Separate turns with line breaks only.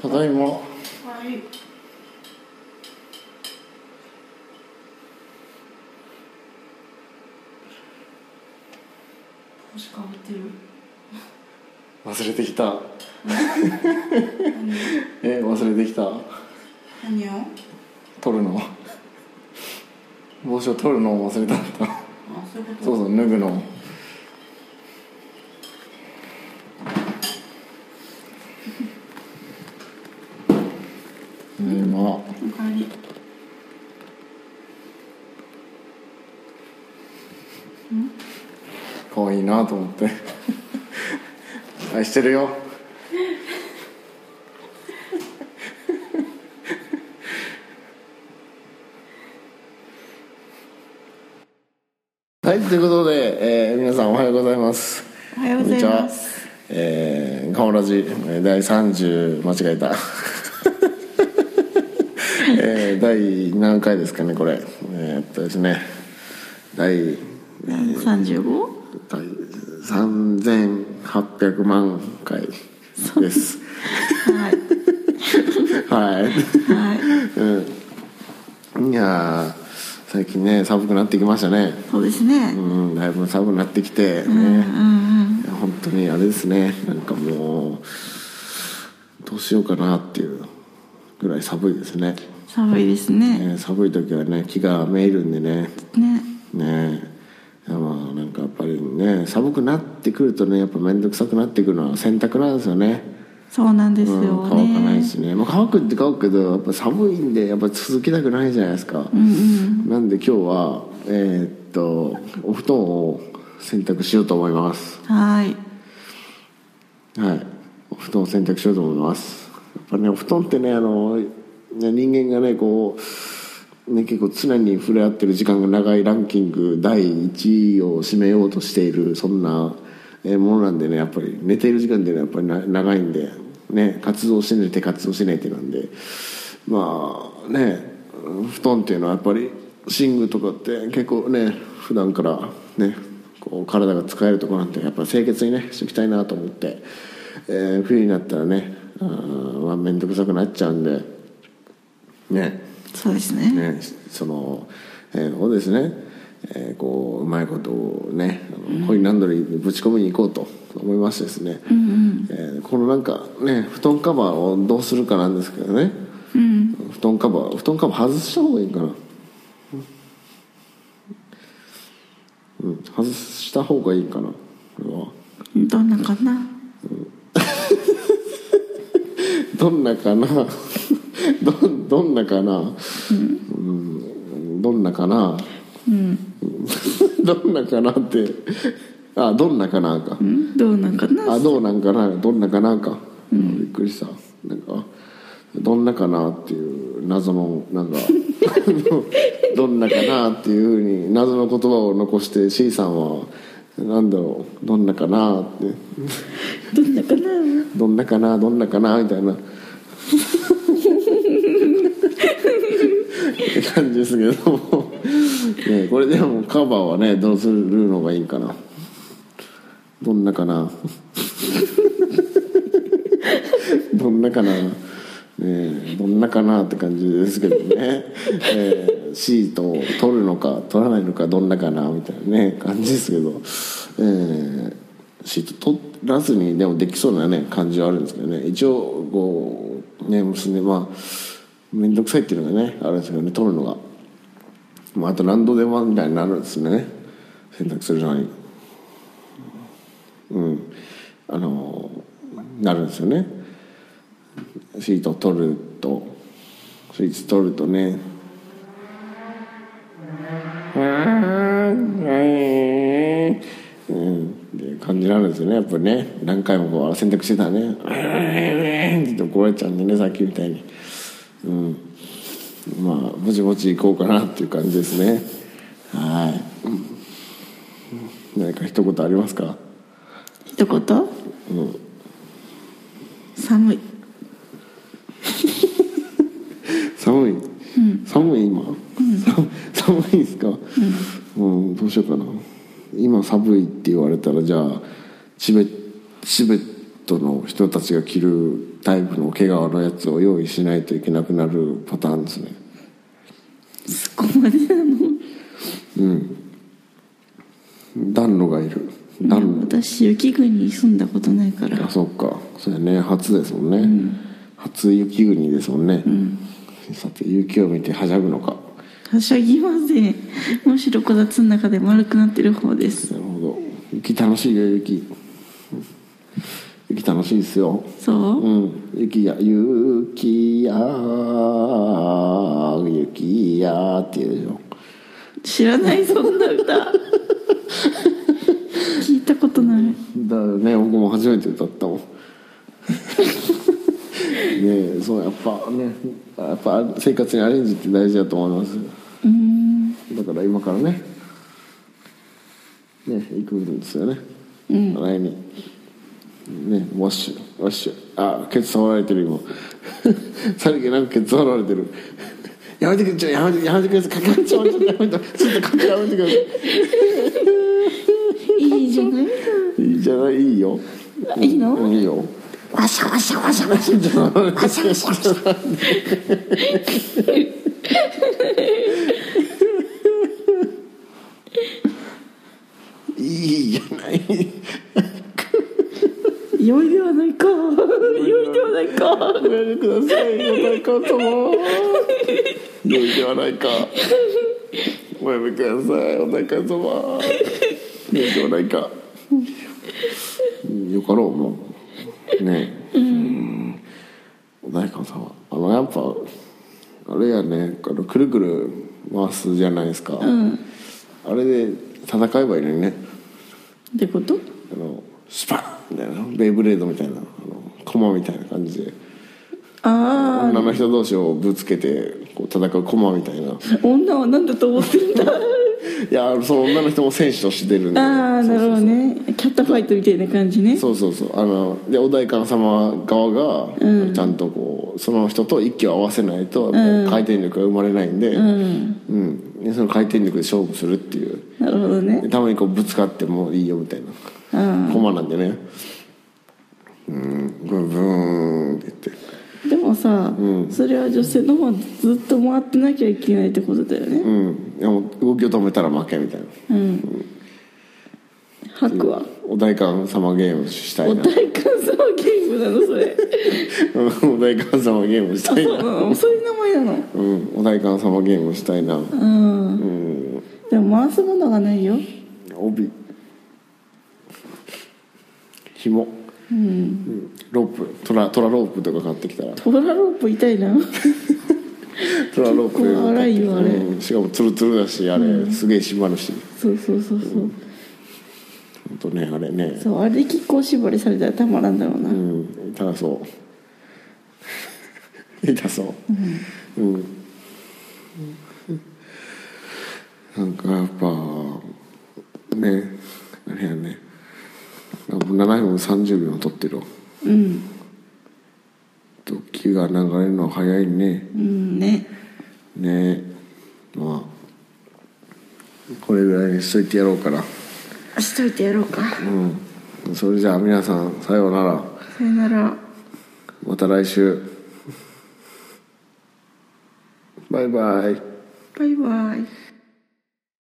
ただいま
はい。腰かぶってる。
忘れてきた
何
え忘れてきた
何を？
取るの帽子を取るのを忘れたんだ
あ、そういうこと。
そうそう脱ぐのねえまあ
おかえり。
可愛いなと思って愛してるよはいということで、えー皆さんおはようございます
おはようござい
こんにち
ます。
はえー、カモラジえー第30間違えた えー第何回ですかねこれえーっとですね第
三十五？
第3800万回です
はい
はい
は
うんいやー最近ね寒くなってきましたね
い。そうですね。
うんだいぶ寒くなってきてね、いや本当にあれですねなんかもうどうしようかなっていうぐらい寒いですね、
寒いですね。
ね寒い時はね気がめいるんでね
ね。
ねえいやまあなんかやっぱりね寒くなってくるとねやっぱ面倒くさくなってくるのは洗濯なんですよね
そうなんです
うん
よね。
乾かないしね、まあ、乾くって乾くけどやっぱ寒いんでやっぱ続きたくないじゃないですか、なんで今日はえーっとお布団を洗濯しようと思います
はい。
はいお布団を洗濯しようと思いますやっぱねお布団ってねあのね人間がねこうね結構常に触れ合ってる時間が長いランキング第1位を占めようとしているそんなえーものなんでねやっぱり寝ている時間っていうのはやっぱりな長いんでね活動して寝て活動して寝てなんでまあね布団っていうのはやっぱり寝具とかって結構ね普段からねこう体が使えるところなんてやっぱ清潔にねしていきたいなと思って、えー冬になったらねあーまあ面倒くさくなっちゃうんでね
そうですね。
ねその、えーそうですね、えーこううまいことをねあのコインランドリーにぶち込みに行こうと思いましてですね、えーこのなんかね布団カバーをどうするかなんですけどね、布団カバー布団カバー外した方がいいかなうん外した方がいいかなこれは
どんなかな。
どんなかな どんどんなかな、うん、どんなかな、うん、 どんなかなってあどんなかなか、
んどうなんかな。
あどうなんかなどんなかなか、びっくりしたなんかどんなかなっていう謎のなん かどんなかなっていうふうに謎の言葉を残して C さんはなんだろうどんなかなって
どんなかな。
どんなかなどんなかなみたいなって感じですけども、ね、これでもカバーはねどうするのがいいかなどんなかな どんなかなねえどんなかなって感じですけどね、えー、シートを取るのか取らないのかどんなかなみたいなね感じですけど、えーシート取らずにでもできそうなね感じはあるんですけどね一応こうね結んでまあ面倒くさいっていうのがねあるんですけどね取るのが、まあ、あと何度でもみたいになるんですね洗濯するのにうんあのなるんですよねシート取るとスイーツ取るとねうんって感じになるんですよねやっぱりね何回もこう洗濯してたらねうんって怒られちゃうんでねさっきみたいにうんまあぼちぼち行こうかなっていう感じですねはいうん何か一言ありますか
一言。寒い。
寒い、寒い今、寒寒いですか、うんどうしようかな今寒いって言われたらじゃあチベチベトの人たちが着るタイプの毛皮のやつを用意しないといけなくなるパターンですね
そこまでなの
暖炉がいる暖炉
私雪国に住んだことないから
あそっかそうやね初ですもんね、初雪国ですもんね、さて雪を見てはしゃぐのか
はしゃぎませんむしろこたつの中で丸くなってる方です
なるほど雪楽しいよ雪雪楽しいですよ
そう、
うん、雪や雪や雪やって言うでしょ
知らないそんな 歌聞いたことない
だよね僕も初めて歌 ったもんねえそうやっぱねやっぱ生活にアレンジって大事だと思います
うん
だから今からねね行くんですよね、うん、来年ねウォッシュウォッシュあケツ触られてる今 さりげなくケツ触られてるやめてくださいやめてやめてくださいかかっちゃうちょっとやめてちょっとかけやめてくださ
いいじゃない
いいいじゃないいいよ
いいの
いいよ
わしゃわしゃわしゃわし
ちょっと
ゃわしゃわしゃわしゃ
いいじゃない
良いではないか良いではないか
ごめんくださいご対抗とも良いではないかおやめくださいお仲様良いではないかよかろうもうねえお大根さんはあのやっぱあれやねあのくるくる回すじゃないですか、あれで戦えばいいのにね
ってこと
あのスパーンみたいなベイブレードみたいなあの駒みたいな感じで
あ
女の人同士をぶつけてこう戦う駒みたいな
あ女は何だと思ってるん だ
いやその女の人も選手として出るんで
ああなるほどねキャットファイトみたいな感じね
そうそうそうあのでお代官様側がちゃんとこうその人と息を合わせないとやっぱ回転力が生まれないんで,、うんでその回転力で勝負するっていう
なるほどね
でたまにこうぶつかってもいいよみたいな
あ
駒なんでねうんブンブーンって言って
あでもさ、それは女性の方ずっと回ってなきゃいけないってことだよね
うんでも動きを止めたら負けみたいな
うん吐くわ
お代官様ゲームしたい
お
な
体感そのゲームなのそ れ
うんお代官様ゲームしたい
そう
な
なのそういう名前なの
うんお代官様ゲームしたいな
うん
うん
でも回すものがないよ
帯紐
うん
ロープトラトラロープとか買ってきたら
トラロープ痛いな
トラロープ
結構荒いよあれ
うんしかもツルツルだしあれすげえ締まるし
そうそうそうそう、
本当ねあれね
そうあれで結構絞りされたらたまらんだろうな、
うん痛そう 痛そううん、なんかやっぱねあれやねあもう7分30秒撮ってるわ
うん
時が流れるの早いね
うんね
ねまあこれぐらいにしといてやろうかな
しといてやろうか
うんそれじゃあ皆さんさようなら
さよなら
また来週バイバイ
バイバイ